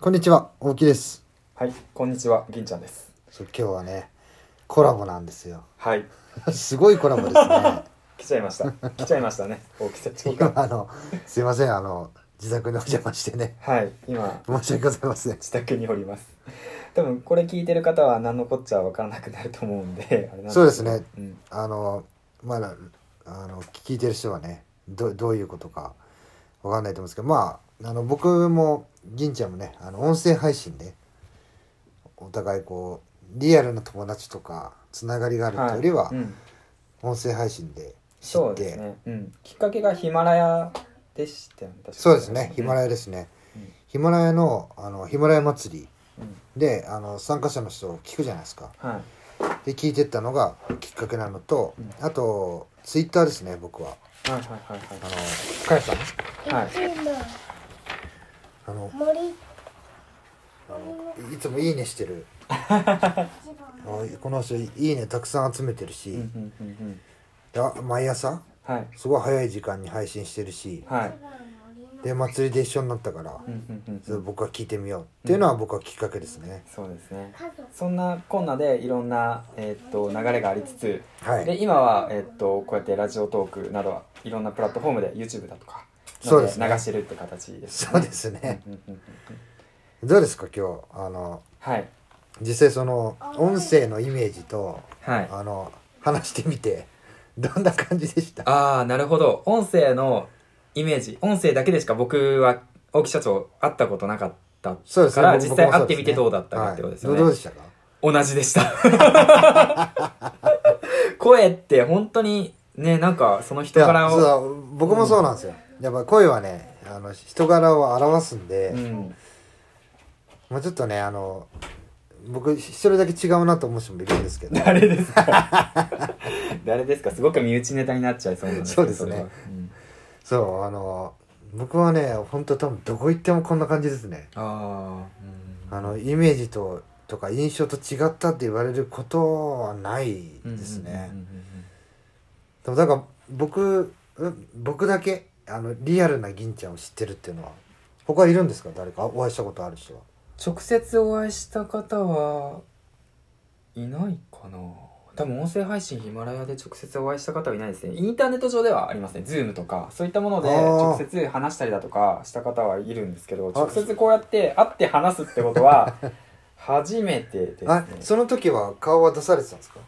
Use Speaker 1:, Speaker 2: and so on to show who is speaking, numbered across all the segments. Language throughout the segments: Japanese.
Speaker 1: こんにちは、大木です。
Speaker 2: はい、こんにちは、銀ちゃんです。
Speaker 1: そう今日はね、コラボなんですよ。
Speaker 2: はい、
Speaker 1: すごいコラボです ね。
Speaker 2: 来ちゃい ました。来ちゃいましたね、大木社長
Speaker 1: 今
Speaker 2: が。
Speaker 1: あの、すいません、あの、自宅にお邪魔してね、
Speaker 2: はい、今、
Speaker 1: 申し訳ございません。
Speaker 2: 自宅におります。多分、これ聞いてる方は、何のこっちゃわからなくなると思うんで、あれなんけど
Speaker 1: そうですね。
Speaker 2: うん、
Speaker 1: あの、まだ、あの、聞いてる人はね、どどういうことかわかんないと思うんですけど、まあ、あの、僕も、銀ちゃんもね、あの、音声配信で、お互いこう、リアルな友達とか、つながりがあるというよりは、
Speaker 2: いうん、
Speaker 1: 音声配信で知
Speaker 2: そう
Speaker 1: っ
Speaker 2: です
Speaker 1: て、
Speaker 2: ね、うん、きっかけがヒマラヤでしたよね。確か
Speaker 1: そうですねヒマラ
Speaker 2: ヤ。
Speaker 1: ヤですね、
Speaker 2: うん
Speaker 1: ヒマラヤのあのヒマラヤ祭り
Speaker 2: うん
Speaker 1: であの参加者の人を聞くじゃないですか
Speaker 2: はい、
Speaker 1: で聞いてったのがきっかけなのと、
Speaker 2: うん
Speaker 1: あとツイッターですね僕は
Speaker 2: はい、はい、はい、はい
Speaker 1: あのかやさん
Speaker 2: はい
Speaker 3: 今
Speaker 1: あの
Speaker 3: 森
Speaker 1: あのいつも「いいね」してるあのこの人「いいね」たくさん集めてるし、
Speaker 2: うん、うん、うん、うん。
Speaker 1: であ毎朝
Speaker 2: はい、
Speaker 1: すごい早い時間に配信してるし
Speaker 2: はい、
Speaker 1: で祭りで一緒になったから、
Speaker 2: うん、うん、うん
Speaker 1: そうれ
Speaker 2: ん。
Speaker 1: 僕は聞いてみようっていうのは僕はきっかけですね、
Speaker 2: そうですね。
Speaker 3: 家族
Speaker 2: そんなこんなでいろんな、えーっと流れがありつつ、
Speaker 1: はい
Speaker 2: で今は、えっとこうやってラジオトークなどいろんなプラットフォームで YouTube だとか
Speaker 1: そうですね
Speaker 2: 流してるって形です
Speaker 1: そうですね。
Speaker 2: うんうんうんうん
Speaker 1: どうですか今日あの
Speaker 2: はい
Speaker 1: 実際その音声のイメージと
Speaker 2: はい
Speaker 1: あの話してみて どんな感じでした？
Speaker 2: ああなるほど音声のイメージ音声だけでしか僕は大木社長会ったことなかった
Speaker 1: そうです
Speaker 2: から
Speaker 1: 僕
Speaker 2: 実
Speaker 1: 僕
Speaker 2: 際
Speaker 1: も
Speaker 2: 会
Speaker 1: そ
Speaker 2: ってみて
Speaker 1: ですね
Speaker 2: どうだったかってことですよ
Speaker 1: は
Speaker 2: ね
Speaker 1: いどうでしたか？
Speaker 2: 同じでした 声って本当にねなんかその人
Speaker 1: いや
Speaker 2: 柄
Speaker 1: そう
Speaker 2: を
Speaker 1: だ僕もそうなんですよ。やっぱ声はねあの人柄を表すんで、
Speaker 2: うん
Speaker 1: もうちょっとねあの僕一人だけ違うなと思う人もいるんですけど、
Speaker 2: 誰ですか 誰ですかすごく身内ネタになっちゃいそうなんけど
Speaker 1: そうですね
Speaker 2: れはうん
Speaker 1: そうあの僕はね本当多分どこ行ってもこんな感じですね。
Speaker 2: ああ、
Speaker 1: あのイメージととか印象と違ったって言われることはない
Speaker 2: うん
Speaker 1: ですね。
Speaker 2: うんうん
Speaker 1: でもだから僕うん僕だけあのリアルな銀ちゃんを知ってるっていうのは他いるんですか誰かお会いしたことある人は
Speaker 2: 直接お会いした方はいないかな多分音声配信ヒマラヤで直接お会いした方はいないですねインターネット上ではありますねズームとかそういったもので
Speaker 1: あー
Speaker 2: 直接話したりだとかした方はいるんですけど直接こうやって会って話すってこと は初めてです
Speaker 1: あ
Speaker 2: ね
Speaker 1: その時は顔は出されてたんですか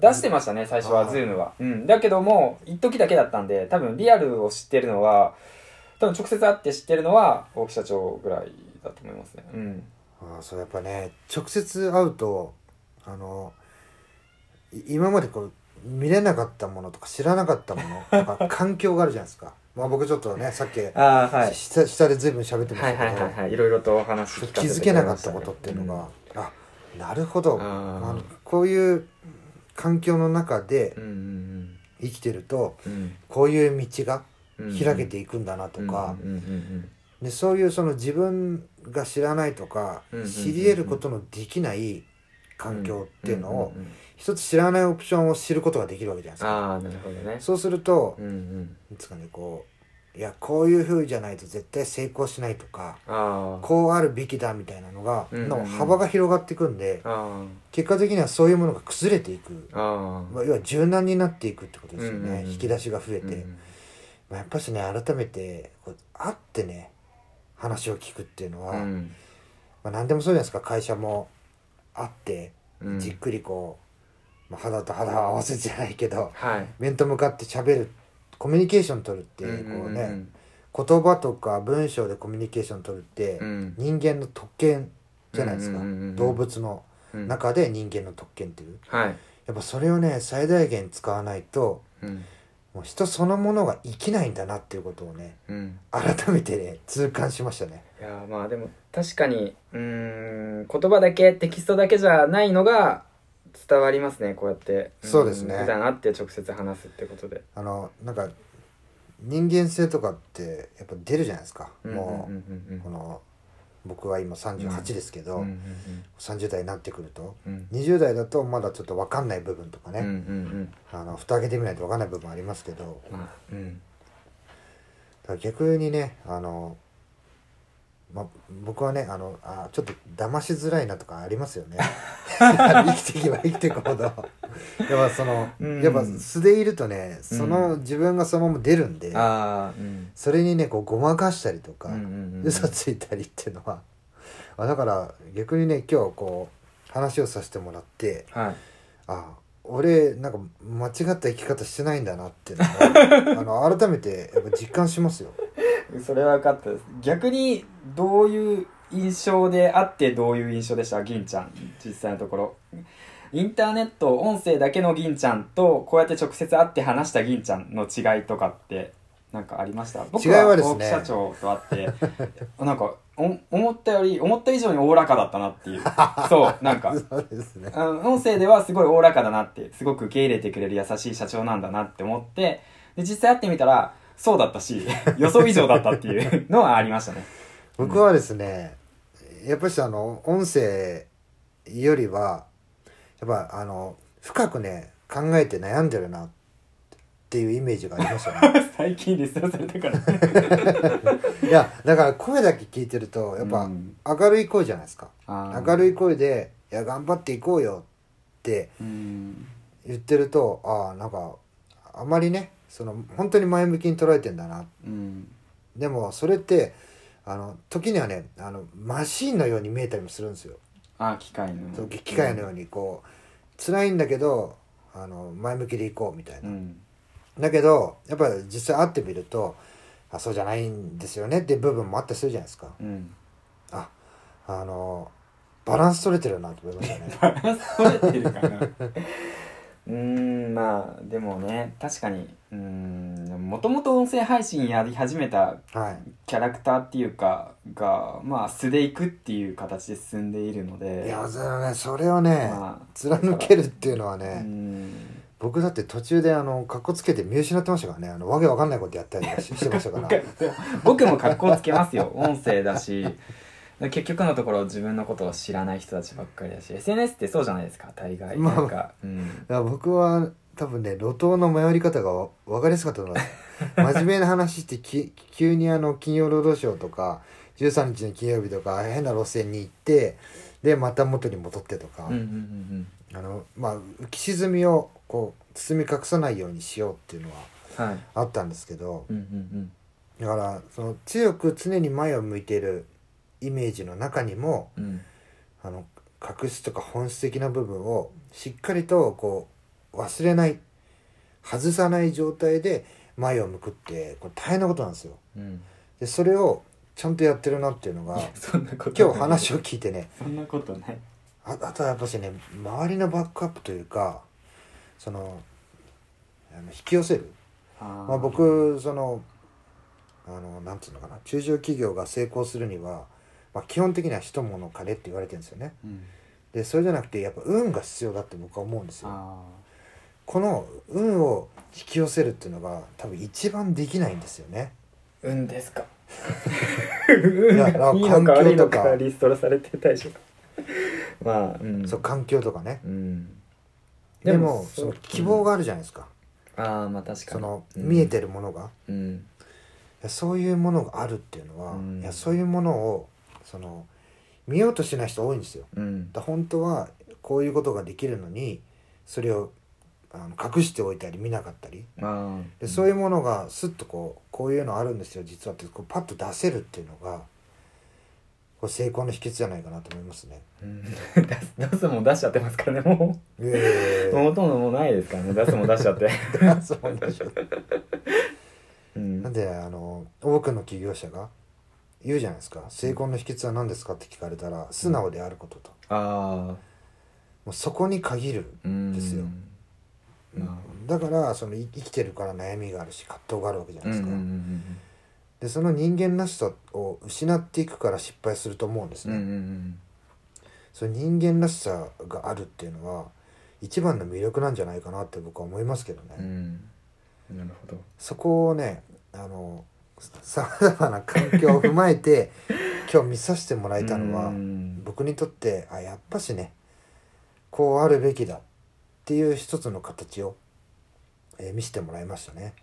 Speaker 2: 出してましたね最初
Speaker 1: あ
Speaker 2: は
Speaker 1: ー
Speaker 2: ズームはうんだけども一時だけだったんで多分リアルを知ってるのは多分直接会って知ってるのは大木社長ぐらいだと思いますねうん
Speaker 1: あそうやっぱね直接会うとあのい今までこう見れなかったものとか知らなかったものと か環境があるじゃないですかまあ僕ちょっとねさっき、
Speaker 2: ああはい
Speaker 1: 下下で随分喋ってま
Speaker 2: は
Speaker 1: し
Speaker 2: い
Speaker 1: た
Speaker 2: は
Speaker 1: け
Speaker 2: い
Speaker 1: ど、
Speaker 2: はいはいいろいろとお話聞か
Speaker 1: 気
Speaker 2: せ
Speaker 1: づ
Speaker 2: て
Speaker 1: け
Speaker 2: く
Speaker 1: な
Speaker 2: れ
Speaker 1: か
Speaker 2: ま
Speaker 1: っ
Speaker 2: したね
Speaker 1: ことっていうのが、あなるほど
Speaker 2: うん
Speaker 1: あのこういう環境の中で
Speaker 2: うんうん
Speaker 1: 生きてると
Speaker 2: うん
Speaker 1: こういう道が
Speaker 2: うんうん
Speaker 1: 開けていくんだなとか、
Speaker 2: うんうんうん
Speaker 1: でそういうその自分が知らないとか、
Speaker 2: うんうんうんうん
Speaker 1: 知り得ることのできない環境っていうのを、
Speaker 2: んんん
Speaker 1: 一つ知らないオプションを知ることができるわけじゃないですか。
Speaker 2: ああなるほどね
Speaker 1: そうすると、
Speaker 2: うんうん
Speaker 1: なんですかねこういやこういう風じゃないと絶対成功しないとか
Speaker 2: ああ
Speaker 1: こうあるべきだみたいなのが、
Speaker 2: うんうんうん
Speaker 1: の幅が広がっていくんで
Speaker 2: あ
Speaker 1: 結果的にはそういうものが崩れていく
Speaker 2: あ、あ
Speaker 1: まあ、要は柔軟になっていくってことですよね、
Speaker 2: うんうんうん
Speaker 1: 引き出しが増え
Speaker 2: あ
Speaker 1: て。まあ、やっぱしね改めてこう会ってね話を聞くっていうのは、
Speaker 2: うん
Speaker 1: まあ、何でもそうじゃないですか会社も会って
Speaker 2: うん
Speaker 1: じっくりこう、まあ、肌と肌を合わせじゃないけど
Speaker 2: はい
Speaker 1: 面と向かって喋るコミュニケーション取るっていうこうね、言葉とか文章でコミュニケーション取るって、
Speaker 2: うん
Speaker 1: 人間の特権じゃないですか、
Speaker 2: うんうんうんうん
Speaker 1: 動物の
Speaker 2: うん
Speaker 1: 中で人間の特権っていう
Speaker 2: はい
Speaker 1: やっぱそれをね最大限使わないと
Speaker 2: うん
Speaker 1: もう人そのものが生きないんだなっていうことをね
Speaker 2: うん
Speaker 1: 改めてね痛感しましたね
Speaker 2: いやーまあでも確かにうーん言葉だけテキストだけじゃないのが伝わりますねこうやってん
Speaker 1: そうですね
Speaker 2: 普段会って直接話すってことで
Speaker 1: あのなんか人間性とかってやっぱ出るじゃないですか、も
Speaker 2: うんうんうんうん
Speaker 1: うこの僕は今38ですけど、
Speaker 2: うんうん
Speaker 1: 30代になってくると
Speaker 2: うん
Speaker 1: 20代だとまだちょっと分かんない部分とかね、
Speaker 2: うんうんうん
Speaker 1: あの蓋開けてみないと分かんない部分ありますけど
Speaker 2: まあうん
Speaker 1: だから逆にねあのままあ、僕はねあのあちょっと騙しづらいなとかありますよ ね生きていけば生きていくほどやっぱその、
Speaker 2: うん
Speaker 1: やっぱ素でいるとねその、自分がそのまま出るんで
Speaker 2: ああうん
Speaker 1: それにねこうごまかしたりとか、
Speaker 2: うんうんうん
Speaker 1: 嘘ついたりっていうのはあだから逆にね今日こう話をさせてもらって
Speaker 2: はい
Speaker 1: あ俺なんか間違った生き方してないんだなっていうの をあの改めてやっぱ実感しますよ。
Speaker 2: それは良かったです逆にどういう印象であってどういう印象でした銀ちゃん実際のところインターネット音声だけの銀ちゃんとこうやって直接会って話した銀ちゃんの違いとかってなんかありました僕
Speaker 1: 違い
Speaker 2: は
Speaker 1: はです
Speaker 2: 大
Speaker 1: ね
Speaker 2: 木社長と会って なんかお思ったより思った以上におおらかだったなっていうそうなんか
Speaker 1: そうですね。
Speaker 2: あの音声ではすごいおおらかだなってすごく受け入れてくれる優しい社長なんだなって思ってで実際会ってみたらそうだったし 予想以上だったっていうのはありましたね
Speaker 1: 僕はですね、やっぱしあの音声よりはやっぱあの深くね考えて悩んでるなっていうイメージがありました ね。
Speaker 2: 最近リストされたから
Speaker 1: いやだから声だけ聞いてるとやっぱ
Speaker 2: うん
Speaker 1: 明るい声じゃないですか。
Speaker 2: あー
Speaker 1: 明るい声で「いや頑張っていこうよ」って
Speaker 2: うん
Speaker 1: 言ってるとああなんかあまりねその本当に前向きに捉えてんだな
Speaker 2: うん
Speaker 1: でもそれってあの時にはねあのマシーンのように見えたりもするんですよ、
Speaker 2: あー機械の
Speaker 1: そう機械のようにこう辛いんだけどあの前向きでいこうみたいな、
Speaker 2: うん
Speaker 1: だけどやっぱり実際会ってみるとあそうじゃないんですよねっていう部分もあったりするじゃないですか
Speaker 2: うん
Speaker 1: ああのバランス取れてるなと思いましたね
Speaker 2: バランス取れてるかな うーんまあでもね確かにうーんもともと音声配信やり始めた
Speaker 1: はい
Speaker 2: キャラクターっていうかがまあ素でいくっていう形で進んでいるので
Speaker 1: いやそれはねそれをね、
Speaker 2: まあ
Speaker 1: 貫けるっていうのは
Speaker 2: う
Speaker 1: ね、
Speaker 2: ん
Speaker 1: 僕だって途中であのかっこつけて見失ってましたからねあのわけわかんないことやったりとかししてました から
Speaker 2: 僕も格好つけますよ 音声だし結局のところ自分のことを知らない人たちばっかりだし SNS ってそうじゃないですか大概
Speaker 1: まあ
Speaker 2: なんか、うん、
Speaker 1: いや僕は多分ね路頭の迷い方がわ分かりやすかった のは真面目な話ってき急にあの金曜ロードショーとか13日の金曜日とか変な路線に行ってでまた元に戻ってとか、
Speaker 2: うんうんうん
Speaker 1: あのまあ浮き沈みをこう包み隠さないようにしようっていうのは
Speaker 2: うんはい
Speaker 1: あったんですけど
Speaker 2: うんうん
Speaker 1: だからその強く常に前を向いているイメージの中にも
Speaker 2: うんうん
Speaker 1: あの確執とか本質的な部分をしっかりとこう忘れない外さない状態で前を向くってこれ大変なことなんですよ。
Speaker 2: うん
Speaker 1: でそれをちゃんとやってるなっていうのが
Speaker 2: いや そんなこと
Speaker 1: 今日話
Speaker 2: を
Speaker 1: を聞いてね
Speaker 2: そんなことない
Speaker 1: ああとはやっぱしね周りのバックアップというかそのあの引き寄せる
Speaker 2: あー
Speaker 1: まあ、僕そのあのなんていうのかな中小企業が成功するには、まあ、基本的には人物金って言われてるんですよね
Speaker 2: うん
Speaker 1: でそれじゃなくてやっぱ運が必要だって僕は思うんですよ
Speaker 2: あ
Speaker 1: この運を引き寄せるっていうのが多分一番できないんですよね
Speaker 2: ー運ですか
Speaker 1: い
Speaker 2: 運
Speaker 1: や
Speaker 2: がいいのか
Speaker 1: 環
Speaker 2: 悪
Speaker 1: 境
Speaker 2: い
Speaker 1: と
Speaker 2: の
Speaker 1: か
Speaker 2: かリストラされてたでしょうかまあうん
Speaker 1: そう環境とかね
Speaker 2: うん
Speaker 1: で
Speaker 2: で
Speaker 1: も
Speaker 2: も
Speaker 1: その
Speaker 2: そう
Speaker 1: 希望があるじゃないですか、
Speaker 2: ああまあ確かに
Speaker 1: その
Speaker 2: うん
Speaker 1: 見えてるものが、い
Speaker 2: うん
Speaker 1: やそういうものがあるっていうのは、
Speaker 2: うん
Speaker 1: いやそういうものをその見ようとしない人多いんですよ
Speaker 2: うん
Speaker 1: だ本当はこういうことができるのにそれをあの隠しておいたり見なかったり
Speaker 2: あ
Speaker 1: でそういううものがスッとこうこういうのあるんですよ実はってこうパッと出せるっていうのがこう成功の秘訣じゃないかなと思いますね。
Speaker 2: ん 出す出すも出しちゃってますからねも
Speaker 1: いやいや
Speaker 2: う
Speaker 1: いや
Speaker 2: もう
Speaker 1: いや
Speaker 2: ほとんどもうないですからね出すも出しちゃって
Speaker 1: そうなんでしょう
Speaker 2: うん
Speaker 1: なんであの多くの起業者が言うじゃないですか成功の秘訣は何ですかって聞かれたら素直であることと
Speaker 2: ああ
Speaker 1: もうそこに限る
Speaker 2: うん
Speaker 1: ですよ
Speaker 2: ま
Speaker 1: だからそのい生きてるから悩みがあるし葛藤があるわけじゃ
Speaker 2: あ
Speaker 1: な
Speaker 2: う
Speaker 1: い
Speaker 2: ん
Speaker 1: です
Speaker 2: うんう
Speaker 1: か。
Speaker 2: んうん
Speaker 1: でその人間らしさを失っていくから失敗すると思うんです
Speaker 2: うんう
Speaker 1: ね、
Speaker 2: んうん
Speaker 1: その人間らしさがあるっていうのは一番の魅力なんじゃないかなって僕は思いますけどね、
Speaker 2: うんなるほど
Speaker 1: そこをねあのさまざまな環境を踏まえ て今日見させてもらえたのは
Speaker 2: うん
Speaker 1: 僕にとってあやっぱしねこうあるべきだっていう一つの形をえー見せてもらいましたね。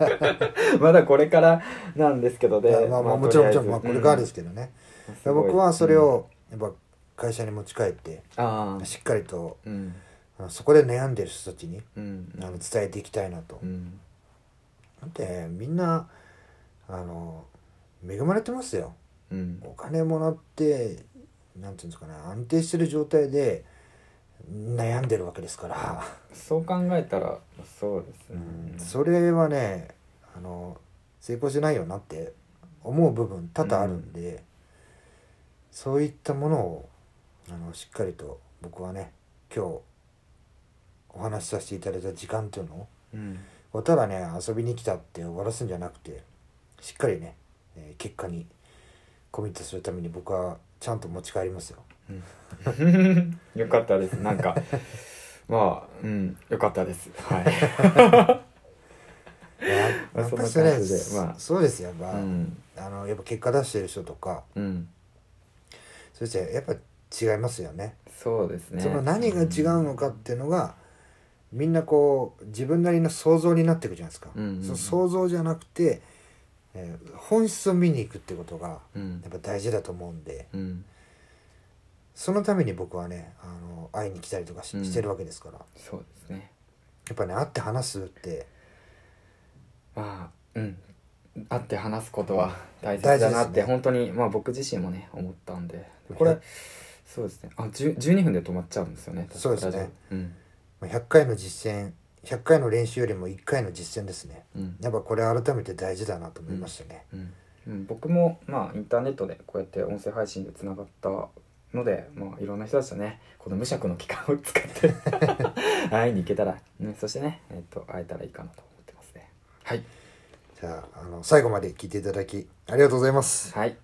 Speaker 2: まだこれからなんですけどね
Speaker 1: いやまあまあもちろんもちろん、まあ、これからですすけどね。
Speaker 2: け
Speaker 1: だから僕はそれをやっぱ会社に持ち帰って
Speaker 2: ああ
Speaker 1: しっかりと
Speaker 2: うん
Speaker 1: あのそこで悩んでる人たちに
Speaker 2: うん
Speaker 1: あの伝えていきたいなと
Speaker 2: う。ん
Speaker 1: だってみんなあの恵まれてますよ。
Speaker 2: うん
Speaker 1: お金もらってなんていうんですかね安定してる状態で悩んでるわけですから、
Speaker 2: そう考えたらそうですね
Speaker 1: うんそれはねあの成功しないよなって思う部分多々あるんで、そういったものをあのしっかりと僕はね今日お話しさせていただいた時間っていうのを
Speaker 2: うん
Speaker 1: こうただね遊びに来たって終わらすんじゃなくてしっかりね、えー結果にコミットするために僕はちゃんと持ち帰りますよ。
Speaker 2: よかったですなんか まあうんよかったです はい
Speaker 1: いやや
Speaker 2: まあ
Speaker 1: っぱり
Speaker 2: そ
Speaker 1: そ
Speaker 2: んな
Speaker 1: れ
Speaker 2: 感じでまあ
Speaker 1: そうですよやっぱ、
Speaker 2: うん
Speaker 1: あのやっぱ結果出してる人とか
Speaker 2: うん
Speaker 1: そしてやっぱ違いますよね
Speaker 2: そうですね
Speaker 1: その何が違うのかっていうのが、みんなこう自分なりの想像になっていくじゃないですか、
Speaker 2: うんうんうん
Speaker 1: その想像じゃなくて、えー本質を見に行くってことが
Speaker 2: うん
Speaker 1: やっぱ大事だと思うんで
Speaker 2: うん
Speaker 1: そのために僕はねあの会いに来たりとかし,、
Speaker 2: うん
Speaker 1: てるわけですからや
Speaker 2: そうですね
Speaker 1: っぱね会って話すって
Speaker 2: まあうん会って話すことは大切だな
Speaker 1: 大
Speaker 2: っ
Speaker 1: 事
Speaker 2: て、
Speaker 1: ですね
Speaker 2: 本当にまあ僕自身もね思ったんでこれそうですねあ10 12分で止まっちゃうんですよね確か
Speaker 1: そうですね
Speaker 2: ラジオうん
Speaker 1: まあ100回の実践100回の練習よりも1回の実践ですね
Speaker 2: うん
Speaker 1: やっぱこれ改めて大事だなと思いましたね、
Speaker 2: うんうん、僕もまあインターネットでこうやって音声配信でつながったので、まあ、いろんな人たちとねこの無職の期間を使って 会いに行けたら、ね、そしてね、えっと会えたらいいかなと思ってますねはい
Speaker 1: じゃああの最後まで聞いていただきありがとうございます
Speaker 2: はい